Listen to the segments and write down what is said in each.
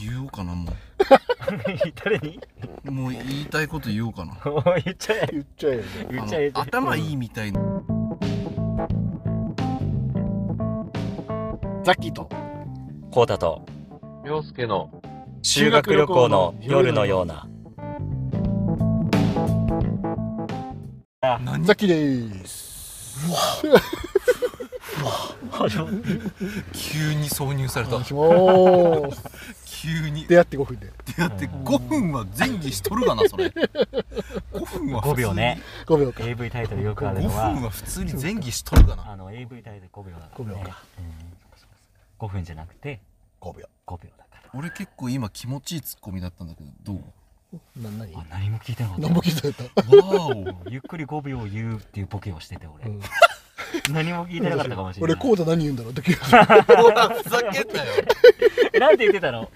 言おうかなも誰にうもう言いたいこと言おうかなおい言っちゃえ言っちゃえよね言っちゃえあの頭いいみたいなザッキーとこうたと洋介の修学旅行の夜のような何ザッキーです急に挿入されおた願いします急に出会って5分で出会って5分は前儀しとるがなそれ5分は普通に5秒ね5秒か AV タイトルよくあ5るの分はは普通に前儀しとるがなあの AV タイトル5秒だから、ね、 5秒か5分じゃなくて5秒5秒だか俺結構今気持ちいいツッコミだったんだけどど うな何らあ何も聞いてなかった何も聞いてなかっわーゆっくり5秒言うっていうボケをしてて俺、た、うん 何も聞いてなかったかもしれな俺いコーダ何言うんだろうドキドキおほらふざけんなよえなんて言ってたのなんて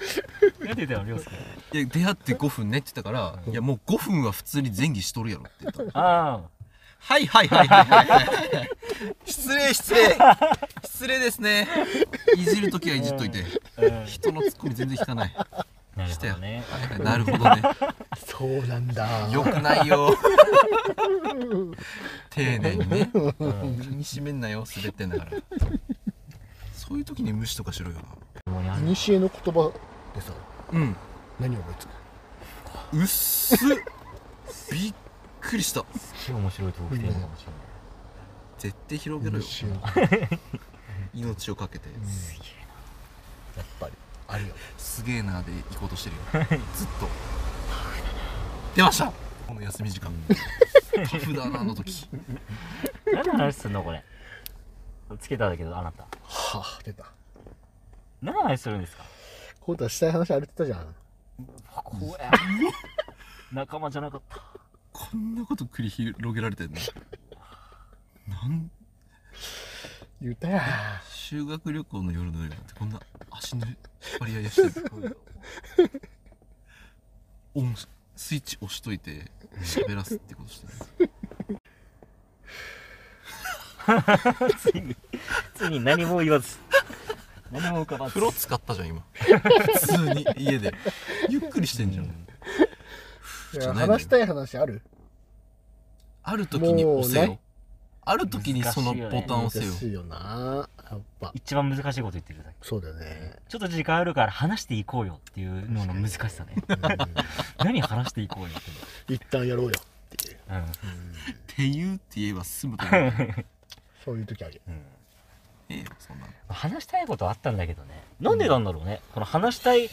言ってたのりょうすけいや出会って5分ねって言ったから、いやもう5分は普通に前儀しとるやろって言ったのあはいはいはいはいはいはいはい失礼失礼失礼ですねいじるときはいじっといてあうん人のツッコミ全然引かないな るしほてどよねなるほどねそうなんだよくないよ丁寧にね気にしめんなよ滑ってんだからそういう時に無視とかしろよいにしえの言葉でさなうん何を思いつくうっすびっくりしたすごい面白いトークテーマかもしれない絶対広げろよ西の命をかけてやっぱりあるよすげえなーで行こうとしてるよずっと出ましたこの休み時間タフだなあの時何の話すんのこれつけたんだけどあなたはあ出た何の話するんですかコーダしたい話あるって言ったじゃん怖え仲間じゃなかったこんなこと繰り広げられてんのなん言うたや修学旅行の夜の夜なんてこんな足の引っ張り合いしてるオンスイッチ押しといて喋らすってことしてるついについに何も言わず何も浮かばず風呂使ったじゃん今普通に家でゆっくりしてんじゃん、いじゃやないんだよ話したい話あるある時に押せもうよねある時にそのボタンを難押せよしいよなやっぱ一番難しいこと言ってるだけそうだよねちょっと時間あるから話していこうよっていうのの難しさねうん 何話していこうよっていう一旦やろうよっていう、うんって言うって言えば済む と思うそういう時あるようんええよそんなの話したいことあったんだけどねなんでなんだろうね、この話したい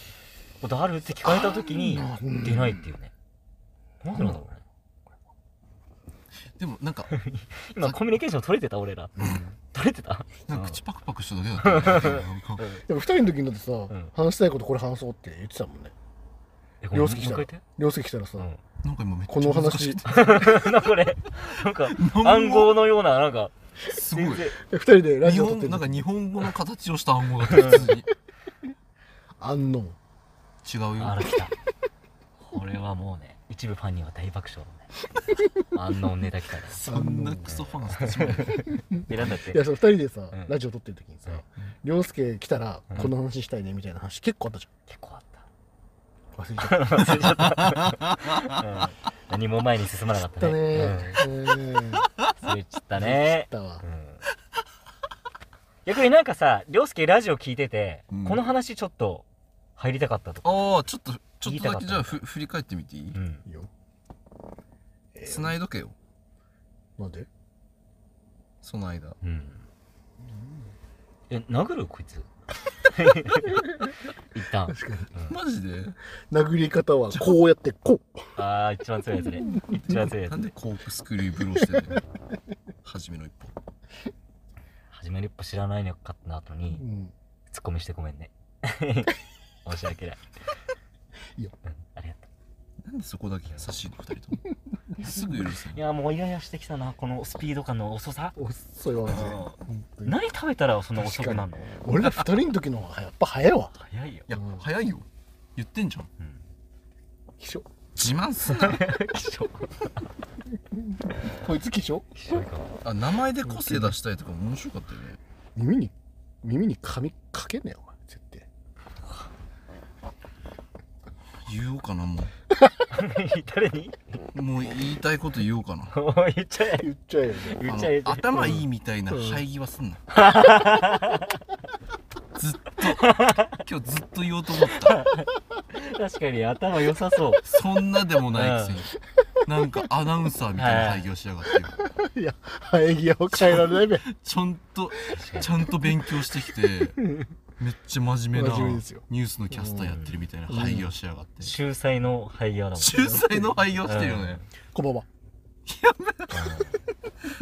ことあるって聞かれた時にうん出ないっていうね、なんでなんだろうねでも なんか今コミュニケーション取れてた俺ら、取れてたなんか口パクパクしただけだったよねなんかでも二人の時にだってさ、ん話したいことこれ話そうって言ってたもんねえ凌介来もたうら一回凌介来たらさ、言ってなんか今めっこちのゃ難し話いうん なんかこれなんかも暗号のようななんかすごいえ二人でラ日ジオ撮っ本てるなんか日本語の形をした暗号だった普通にあんのん違うよあら来たこれはもうね一部ファンには大爆笑 だねあんなネタ来たねそんなクソファンしてしまうえなんだっいやてそう二人でさ、うんラジオ撮ってる時にさうん凌介来たらうんこの話したいねみたいな話結構あったじ結構あっゃん忘れちゃった忘れちゃった、うん何も前に進まなかったたねねうんうん忘れちゃったねたわうん逆になんかさ涼介ラジオ聞いてて、うんこの話ちょっと入りたかったとか、ああちょっとちょっとだけじゃあふ振り返ってみていいうんいいよ繋いどけよなんでその間うん、え殴るこいつ 一旦確かにマジで殴り方はこうやってこうああ一番強いやつね一番強いやつなんでコークスクリューブローしてたの初めの一歩初めの一歩知らないのかった後に、うんツッコミしてごめんね申し訳ないいいようん、ありがとなんでそこだけ優しいの二人ともすぐ許すういやもうイライラしてきたなこのスピード感の遅さ遅いわマジでの本当に何食べたらそんな遅くなるの俺ら二人の時の方がやっぱ早いわ早いよいや早いよ言ってんじゃんうん気象自慢すんな気 象こいつ気象気象か あ名前で個性出したいとか面白かったよね耳に耳に髪かけんなよお前絶対言おうかなも誰にうもう言いたいこと言おうかなおい言っちゃえ言っちゃえよねあ言っのちゃえ頭いいみたいな生え際すんな、ずっと今日ずっと言おうと思った確かに頭良さそうそんなでもないくせに、なんかアナウンサーみたいな生え際しやがって、いや生え際を変えられないべちゃんとちゃんと勉強してきてめっちゃ真面目な真面目ですよニュースのキャスターやってるみたいな生え際しやがって秀才の肺がだもん秀才の廃業してるよね、こんばんは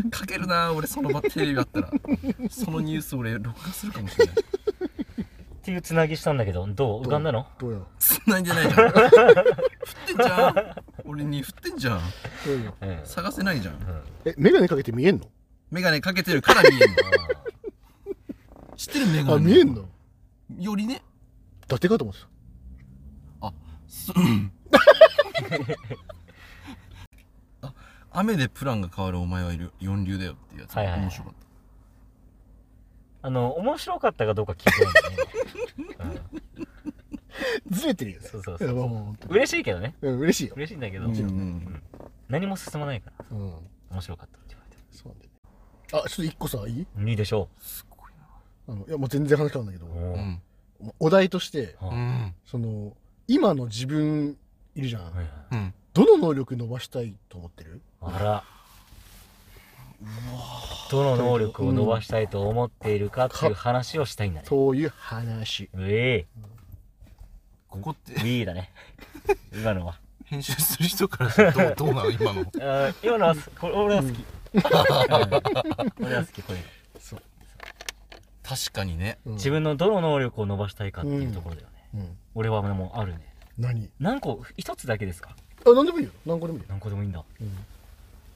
かけるな俺そ の場テレビあったらそのニュース俺録画するかもしれないっていうつなぎしたんだけどどう 浮かんだのどうやろつないでないじゃん振ってんじゃん俺に振ってんじゃんどうやろうんうん探せないじゃんえ眼鏡かけて見えんのメガネかけてるから見えんの知ってるメガネあ見えんのよりね伊達かと思ってた すあ雨でプランが変わるお前はいる四流だよっていうやつ、はいはいはい面白かったあの面白かったかどうか聞いてないんだねうんずれてるよそうそういそやうもう本当に嬉しいけどねうん嬉しいよ嬉しいんだけど、うんううんん何も進まないからうん面白かったって言われてそうなんだよねあちょっと一個さいいいいでしょすごいあのいやもう全然話変わるんだけどう、おなーお題としてはあうんその今の自分いるじゃん、はいうんどの能力伸ばしたいと思ってるあらどの能力を伸ばしたいと思っているかっていう話をしたいんだねそういう話うえここってえいいだね今のは編集する人からしたらどうどうなの今の あー今のはすこれ俺は好き、うん俺は好きこれ、そう、確かにねうん自、分のどの能力を伸ばしたいかっていうところだよね、うん、俺はもうあるね何何個一つだけですかあ何でもいいよ何個でもいいよ、何個でもいいんだうん、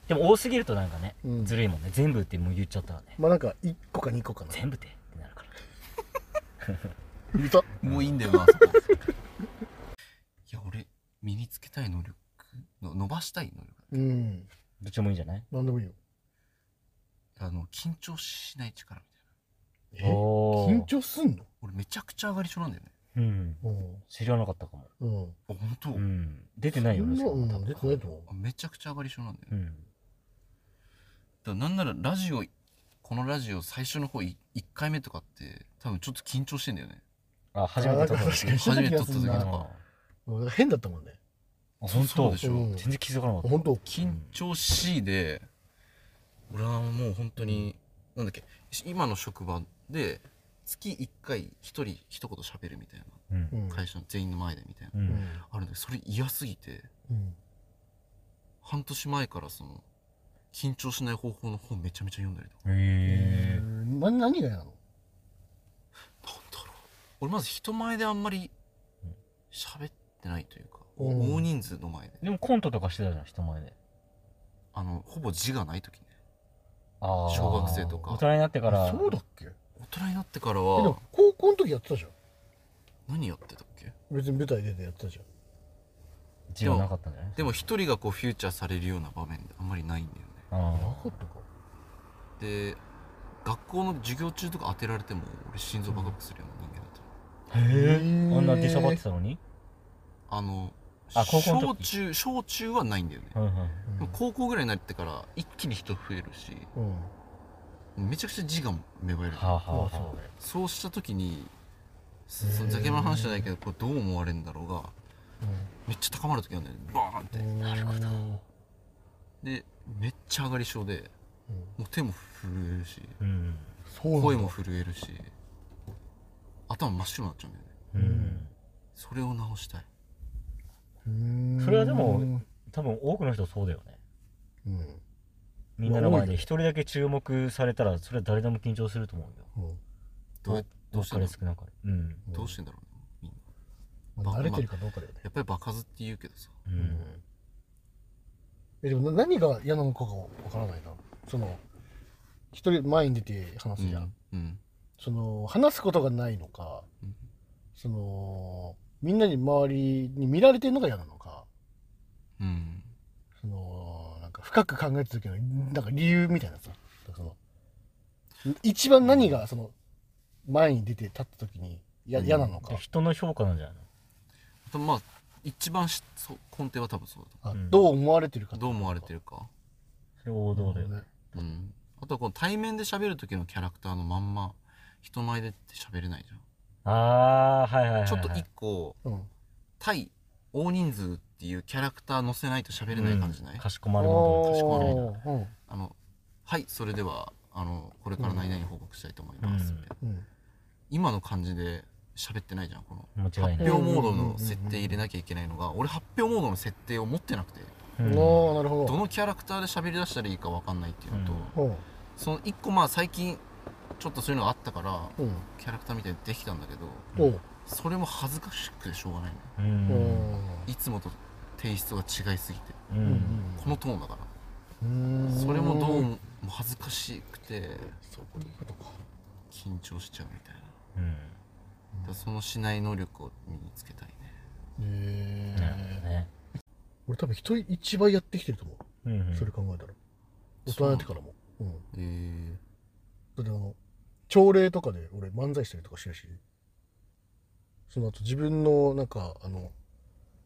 でも多すぎるとなんかね、うんずるいもんね全部ってもう言っちゃったらねまあなんか1個か2個かな全部ってってなるからうるさもういいんだよなあそこ いや俺身につけたい能力の伸ばしたい能力うんどっちもいいんじゃない何でもいいよあの緊張しない力みたいなえおー緊張すんの俺めちゃくちゃ上がり症なんだよねうんう知らなかったかもんうんあ本当、うん出てないよねそんな多う分ん出てないと思あめちゃくちゃ上がり症なんだよねうだかんらなんならラジオこのラジオ最初の方い1回目とかって多分ちょっと緊張してんだよねあ初めて撮ったあなんか確かに時初めて撮った時と緊張するかあうなんか変だったもんね本そう当でしょ、うん全然気づかなかった本当緊張しいで俺はもう本当になんだっけし今の職場で月1回1人一言喋るみたいなううんん会社の全員の前でみたいなううんんあるんだけどそれ嫌すぎてうん半年前からその緊張しない方法の本めちゃめちゃ読んだりとかへえな何が嫌なのなんだろう俺まず人前であんまりうん喋ってないというか、うん大人数の前ででもコントとかしてたじゃん人前であのほぼ字がない時ねあー小学生とか大人になってからそうだっけえ大人になってからではも高校の時やってたじゃん何やってたっけ別に舞台出てやってたじゃん字はなかったんじゃないでも一人がこうフューチャーされるような場面であんまりないんだよねあなかったかで学校の授業中とか当てられても俺心臓バクバクするような人間だったの、ーへえへーあんな出しゃばってたのにあのあ高校の小時中小中はないんだよね、はいはいでも高校ぐらいになってから一気に人増えるしうん、うん、めちゃくちゃ字が芽生えるはあはあまはあそうあねそうした時にそへーそのザキヤマの話じゃないけどこれどう思われるんだろうがめっちゃ高まる時なんだよねバーンって、なるほど、うんでめっちゃ上がり症でもう手も震えるしうんそうなんだ声も震えるし頭真っ白になっちゃうんだよねうんそれを直したいうーんそれはでも多分多くの人そうだよねうん、みんなの前まあ多いでよ一人だけ注目されたらそれは誰でも緊張すると思うようんどうどうしてかんだれろ少なかれうんうどうしてんだろうねみんなまあ慣れてるかどうかだよね、やっぱり場数って言うけどさううんんえでもな何が嫌なのかがわからないなその一人前に出て話すじゃん、うんその話すことがないのかうんそのみんなに周りに見られてるのが嫌なのかうんそのなんか深く考えた時のなんか理由みたいなさその一番何がその前に出て立った時にや嫌なのかで、人の評価なんじゃないのあとまあ一番しそう根底は多分そうだとあうんどう思われてるか思うどう思われてるかそれ王道だよねねうんあとはこの対面で喋る時のキャラクターのまんま人前でって喋れないじゃああはいはいはい、はんい、ちょっと一個うん対大人数っていうキャラクター乗せないと喋れない感じない、うんかしこまるも確かにおーあのはいそれではあのこれから何々報告したいと思います、うんみたいなうんうん今の感じで喋ってないじゃんこのの間違い発ない、表モードの設定入れなきゃいけないのが俺発表モードの設定を持ってなくてうんおーなるほどどのキャラクターで喋りだしたらいいか分かんないっていうのと、うんうんその1個まあ最近ちょっとそういうのがあったからうんキャラクターみたいにできたんだけどおうそれも恥ずかしくてしょうがないのよううんんいつもとテイストが違いすぎてううんこのトーンだからんうんそれもどうも恥ずかしくてそういうことか緊張しちゃうみたいなだうんからそのしない能力を身につけたいねへなるほどえね、俺多分人一倍やってきてると思うんう、うんそれ考えたら大人になってからもうんえー、だってあの朝礼とかで俺漫才したりとかしてるしその後自分のなんかあの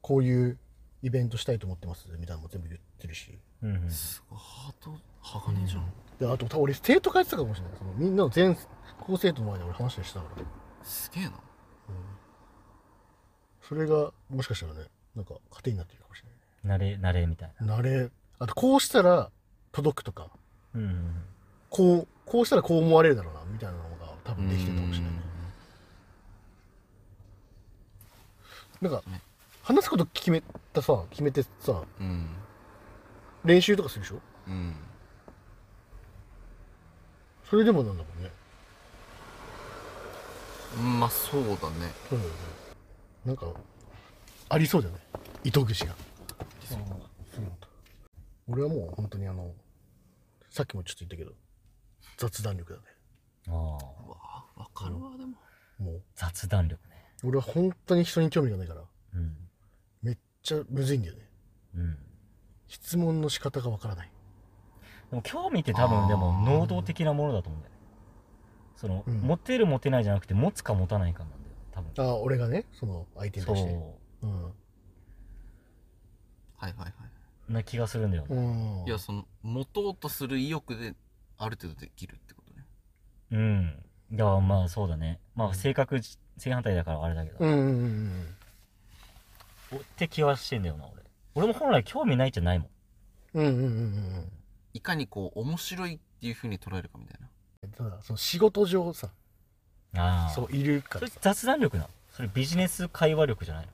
こういうイベントしたいと思ってますみたいなのも全部言ってるしうんうんすごいハート鋼じゃんであと多分俺生徒会やってたかもしれないそのみんなの全校生徒の前で俺話したりしてたから、すげえなそれがもしかしたらねなんか糧になってるかもし慣れ慣れみたいれない慣れあとこうしたら届くとかな、うんうんこうこうしたらこう思われるだろうなみたいなのが多分できてるかもしれないねなんかね話すこと決めたさ決めてさうん練習とかするでしょうんそれでもなんだもんねうんまあそうだねそうだよねなんかありそうだよね糸口がそうなんだ俺はもう本当にあのさっきもちょっと言ったけど雑談力だねああうわあわかるわでももう雑談力ね俺は本当に人に興味がないからうんめっちゃむずいんだよねうん質問の仕方がわからないでも興味って多分でも能動的なものだと思うんだよねその、うん持てる持てないじゃなくて持つか持たないかなんだよ多分ああ俺がねその相手に対してそうんはいはいはい、うな気がするんだよねうんいやその持とうとする意欲である程度できるってことねうんいやまあそうだねまあ性格正反対だからあれだけど、うんうんうんうんおって気はしてんだよな俺俺も本来興味ないじゃないもんうんうんうんうんいかにこう面白いっていうふうに捉えるかみたいなうんただその仕事上さああそういるかそられさ雑談力なのそれビジネス会話力じゃないの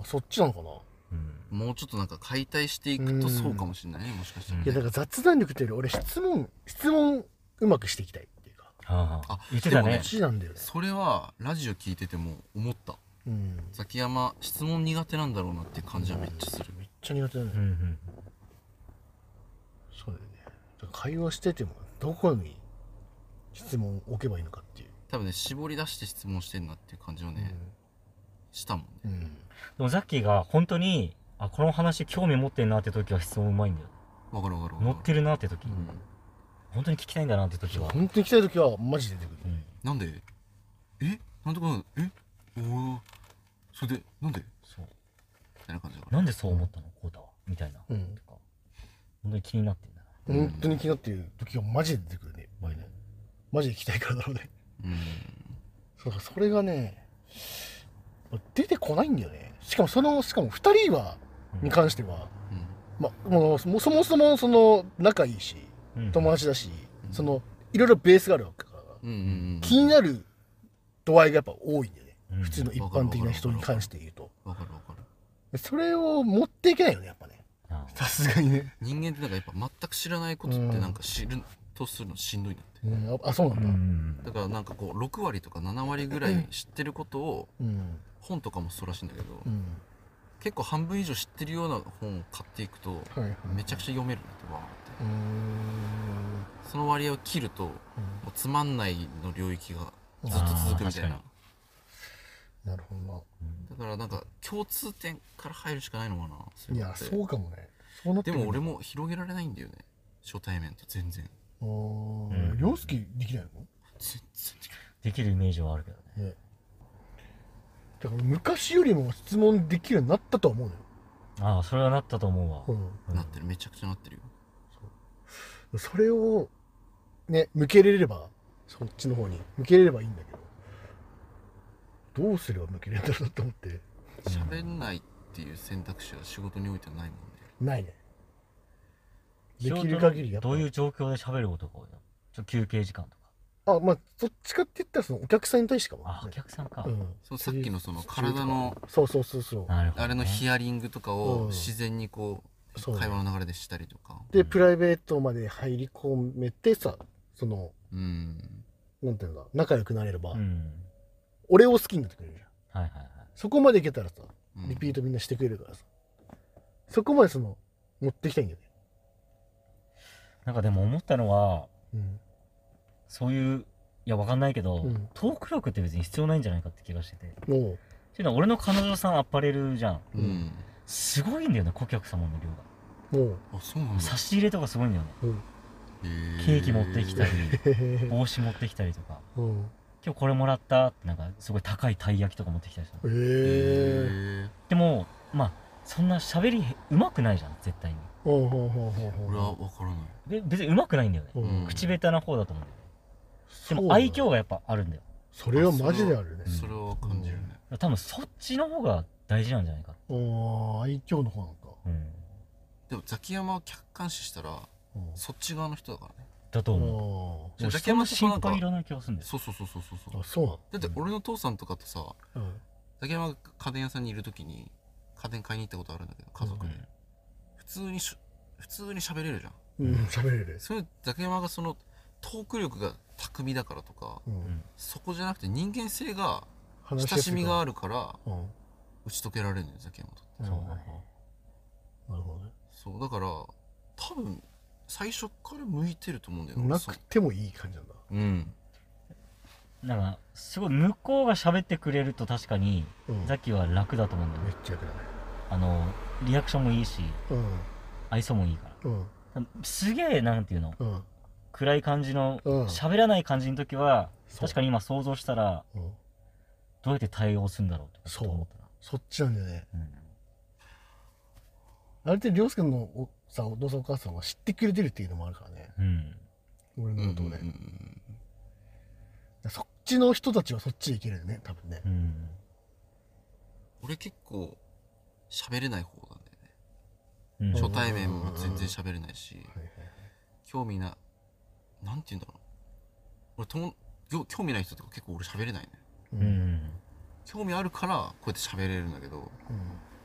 あそっちなのかなうんもうちょっとなんか解体していくとそうかもしれないねもしかしたら、ういやだね、から雑談力というより俺質問質問うまくしていきたいっていうかはあ、あ言ってたでもねねこっちなんだよねそれはラジオ聞いてても思ったうんザキヤマ質問苦手なんだろうなって感じはめっちゃするめっちゃ苦手だね、うんうんそうだよねだから会話しててもどこに質問を置けばいいのかっていう、多分ね絞り出して質問してんなっていう感じをね、したもんねうんうんでもザッキーが本当にあこの話興味持ってんなって時は質問うまいんだよわかるわかるわかる乗ってるなって時、うん本当に聞きたいんだなって時は、本当に来たい時はマジで出てくうる、ん、なんでえなんとかなんえおーそれでなんでみそうたいな感じだからなんでそう思ったのこうだわみたいな、うんとか本当に気になってんだなうん本当に気になってる時はマジで出てくるね前ねマジで来たいからだろうねうんそうだそれがね出てこないんだよねしかもそのしかも2人はに関しては、まあ、もうもうそもそもその仲いいしうん友達だし、うんそのいろいろベースがあるわけだから、うんうんうんうん気になる度合いがやっぱ多いんだよね、うん普通の一般的な人に関して言うとわかるわかるそれを持っていけないよねやっぱねああさすがにね、人間ってなんかやっぱ全く知らないことってなんか知るとするのしんどいなってうん、ああそうなうんうんだんだからなんかこう6割とか7割ぐらい知ってることをうん本とかもそうらしいんだけど、うん結構半分以上知ってるような本を買っていくとはいはいめちゃくちゃ読めるなってわーっうーんてその割合を切るともうつまんないの領域がずっと続くみたいあー確かななるほどだからなんか共通点から入るしかないのかなそないれっやてそうかもねそうなってでくるも俺も広げられないんだよね初対面と全然もうあんあ涼介できな全然いできないできるイメージはあるけどねのねでだから昔よりも質問できるようになったとは思うのよ、ああそれはなったと思うわ、ううんなってるめちゃくちゃなってるよん、それをね向けれればそっちの方に向けれればいいんだけどどうすれば向けれるんだろうなと思って喋んないっていう選択肢は仕事においてはないもんねないねで仕事きるの限りやっぱどういう状況で喋ることが多いのちょ休憩時間とかあまあそっちかって言ったらそのお客さんに対してかも、あお客さんか、うん、そのさっきのその体のそうそうそうそうなるほど、ね、あれのヒアリングとかうんを自然にこそうう会話の流れでしたりとかでプライベートまで入り込めてさそのうんなんていうんだ仲良くなれれば、うん俺を好きになってくれるじゃんはいはいはいそこまでいけたらさうんリピートみんなしてくれるからさそこまでその持ってきたいんだよねなんかでも思ったのはうんそういういやわかんないけど、うんトーク力って別に必要ないんじゃないかって気がしててってもういうのは俺の彼女さんアパレルじゃんうんすごいんだよね顧客様の量が、もあそうなんだ差し入れとかすごいんだよねへーケーキ持ってきたりうへへへ帽子持ってきたりとかうん今日これもらったってなんかすごい高いたい焼きとか持ってきたりしたのへへええでもまあそんな喋りへうまくないじゃん絶対にほうほうほうほうほう俺は分からないで別にうまくないんだよね、うん口下手な方だと思うんだよねそでうも愛嬌がやっぱあるんだよそれはマジであるねそれは感じるね多分そっちの方が大事なんじゃないかああ愛嬌の方なんかうんでもザキヤマを客観視したらうんそっち側の人だからねだと思うじあゃあ俺ザキヤマってそんななん心か配いらない気がするんだよそうそうそうそうそうーそうあそうだって俺の父さんとかとさなのうんザキヤマが家電屋さんにいる時に家電買いに行ったことあるんだけど家族でうん普通にし普通に喋れるじゃんうん喋れるそれザキヤマがそのトーク力が巧みだからとかうんそこじゃなくて人間性が話親しみがあるるからうん打ち解けられるんだよザキヤマとそうだねなるほどねそうだから多分最初から向いてると思うんだよなそうくてもいい感じなんだうんなんかすごい向こうが喋ってくれると確かにうんザめっッキーは楽だと思うんだよねちゃ楽だねあのリアクションもいいしう愛想もいいからんうんすげえなんていうのうん暗い感じのうん喋らない感じの時はそう確かに今想像したらうんどうやって対応するんだろうとかちょそっうと思ったなそっちなんだよねうんあれって涼介のおさお父さんお母さんは知ってくれてるっていうのもあるからねうん俺うんのことをね、うんうんそっちの人たちはそっちでいけるよね多分ねうん俺結構喋れない方なんだよねうんちょっ初対面も全然喋れないしはいはい興味ななんて言うんだろう俺とも興興味ない人とか結構俺喋れないねううんうん興味あるからこうやって喋れるんだけど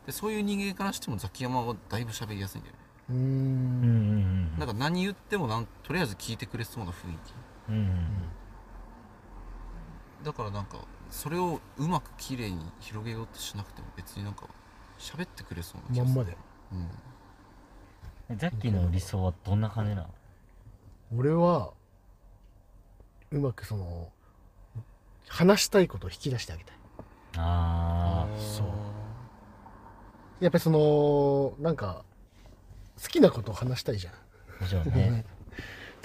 でそういう人間からしてもザキヤマはだいぶ喋りやすいんだよねううんうんんうんなんか何言ってもなんとりあえず聞いてくれそうな雰囲気うんうんだからなんかそれをうまく綺麗に広げようとしなくても別になんか喋ってくれそうな気がするまんまでうんザッキーの理想はどんな感じなのうん俺はうまくその話したいことを引き出してあげたいあーそうやっぱりそのなんか好きなことを話したいじゃんあもちろんね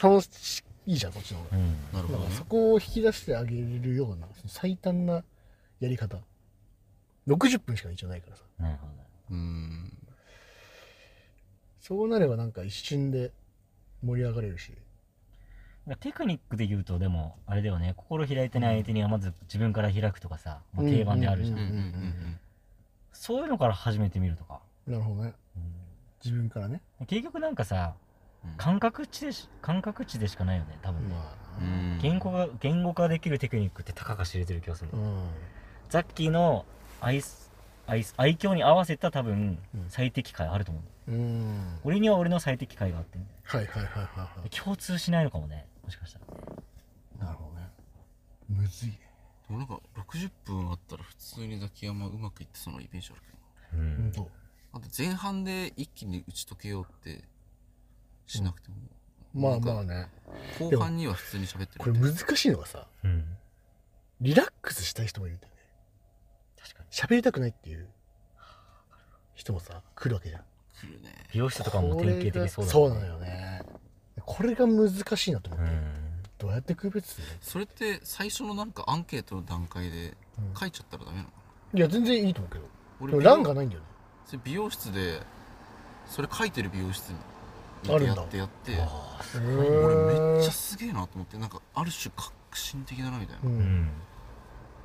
楽しいじゃんこっちの方がうなんるほだどからねそこを引き出してあげれるようなその最短なやり方60分しか一応ないからさなるほどねうんそうなればなんか一瞬で盛り上がれるしなんかテクニックで言うとでもあれだよね心開いてない相手にはまず自分から開くとかさ、まあ定番であるじゃん,、うんうんうんそういうのから始めてみるとか、なるほどね自分からね結局なんかさうん感覚値でし感覚値でしかないよね多分ね、まあうん言語が言語化できるテクニックってたかが知れてる気がする、うんザッキーの愛す愛す愛嬌に合わせた多分うん最適解あると思う、うん俺には俺の最適解があってはいはいはいはいは共通しないのかもねもしかしたらいなるほどねむずいねでもなんか60分あったら普通にザキヤマうまくいってそうなイメージあるけどうほんん、とあと前半で一気に打ち解けようってしなくても、まあまあね後半には普通に喋ってこれる難しいのがさうん、リラックスしたい人もいるんだよね確かに喋りたくないっていう人もさ来るわけじゃん来るね美容室とかも典型的そうだそうなのよねこれが難しいなとう思って、んどうやって区別するそれって最初のなんかアンケートの段階での、書いちゃったらダメなのいや全然いいと思うけど俺でも欄がないんだよねそれ美容室でそれ書いてる美容室にあるんやだってやってああすごいな俺めっちゃうすげえなと思ってなんかある種革新的だなみたいな、うんん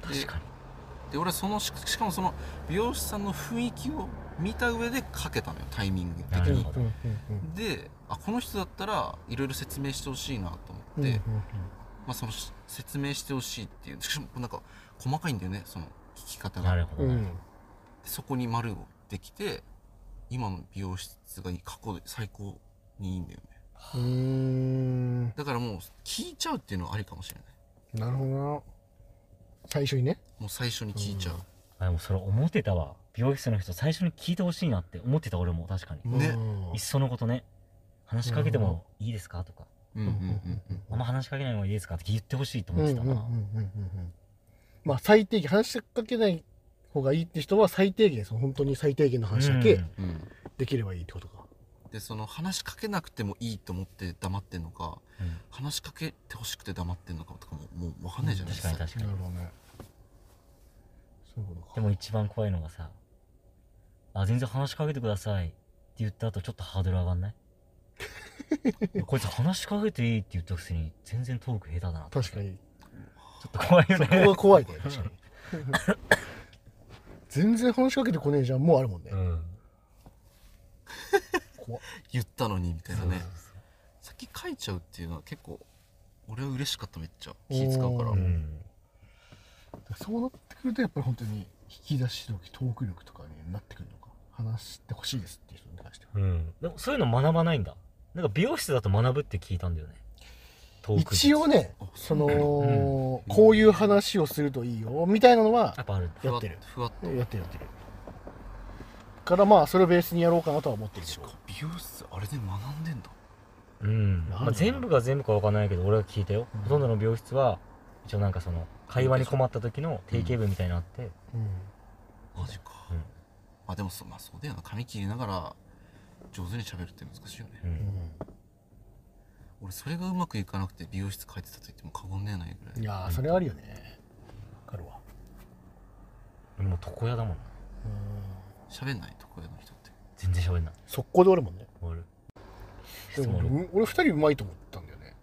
確かにで俺はそのししかもその美容師さんの雰囲気を見た上でかけたのよタイミング的なうんうるんにほどうんであこの人だったらいろいろ説明してほしいなと思うんって、うんうんまあ、そのし説明してほしいっていうしかもなんか細かいんだよねその聞き方ながるほどなるほそこに丸をできて今の美容室がいい過去で最高にいいんだよねうんうだからもう聞いちゃうっていうのはありかもしれないーんなるほどな最初にねもう最初に聞いちゃう、どあでもそれ思ってたわ美容室の人最初に聞いてほしいなって思ってた俺も確かにねうんいっそのことね話しかけてもいいですかとかうんうんうんうんあんま話しかけない方がいいですかって言ってほしいと思うっんうてんうたんうんうなんうんまあ最低限話しかけない方がいいって人は最低限その本当に最低限の話だうけんうんできればいいってことか、でその話しかけなくてもいいと思って黙ってんのかうん話しかけてほしくて黙ってんのかとかももう分かんないじゃないで確すかかに確かなにるほどねそういうことかでも一番怖いのがさあ全然話しかけてくださいって言った後ちょっとハードル上がんない こいつ話しかけていいって言ったくせに全然トーク下手だなって確かちにょっと怖いよそねこ が怖いね確かに全然話しかけてこねえじゃんもうあるもんね、うん怖っ言ったのにみたいなねそうそうさっき書いちゃうっていうのは結構俺は嬉しかっためっちゃ気使うからそおううーんそうなってくるとやっぱり本当に引き出し力トーク力とかになってくるのか話してほしいですっていう人に関してはうんでもそういうの学ばないんだなんか美容室だと学ぶって聞いたんだよねトーク術一応ねあそそうなんだの、こういう話をするといいよみたいなのはやっぱあるふわやってるふわっやってるやってるからまあそれをベースにやろうかなとは思ってとるけしどか美容室あれで学んでんだうん、なんだまあ、全部が全部かわかんないけど俺は聞いたよ、うんほとんどの美容室は一応なんかその会話に困った時の定型文みたいなのあって、うマジか、うんまあでもそ,、まあ、そうだよな髪切りながら上手に喋るって難しいよね、うんん、俺それがうまくいかなくて美容室帰ってたと言っても過言ではないぐらいいやーそれはあるよねわかるわ俺もう床屋だもんうん喋んないとこ屋の人って全然喋んない速攻で終わるもんね俺で質も問力俺俺二人うまいと思ったんだよね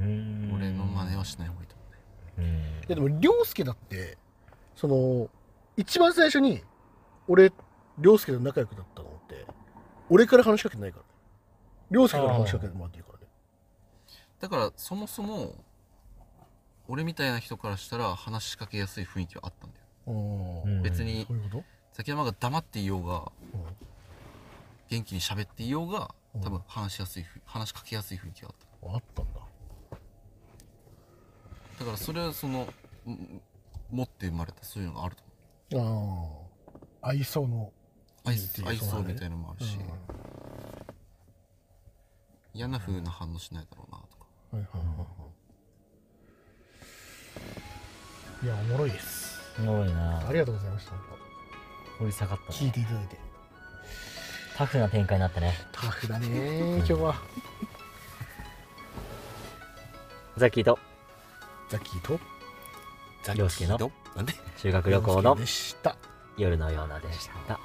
うーん俺の真似はしない方がいいと思うねうんいやでも涼介だってその一番最初に俺涼介と仲良くなったのって俺から話しかけてないからね涼介から話しかけてもらってるからねだからそもそも俺みたいな人からしたら話しかけやすい雰囲気はあったんだようんうん別にそういうこと崎山が黙っていようが元気に喋っていようがうん多分話しやすいふ話しかけやすい雰囲気があっうんあったんだただからそれはそのうん持って生まれたそういうのがあると思うああ愛想の愛っていう愛そう想だねみたいなのもあるし、嫌な風な反応しないだろうなとかはいはいはいはいいやおもろいですおもろいなありがとうございました掘り下がった聞いていただいてタフな展開になったねタフだねー今日はザッキーとザッキーと涼介のなんで修学旅行のでした夜のようなでした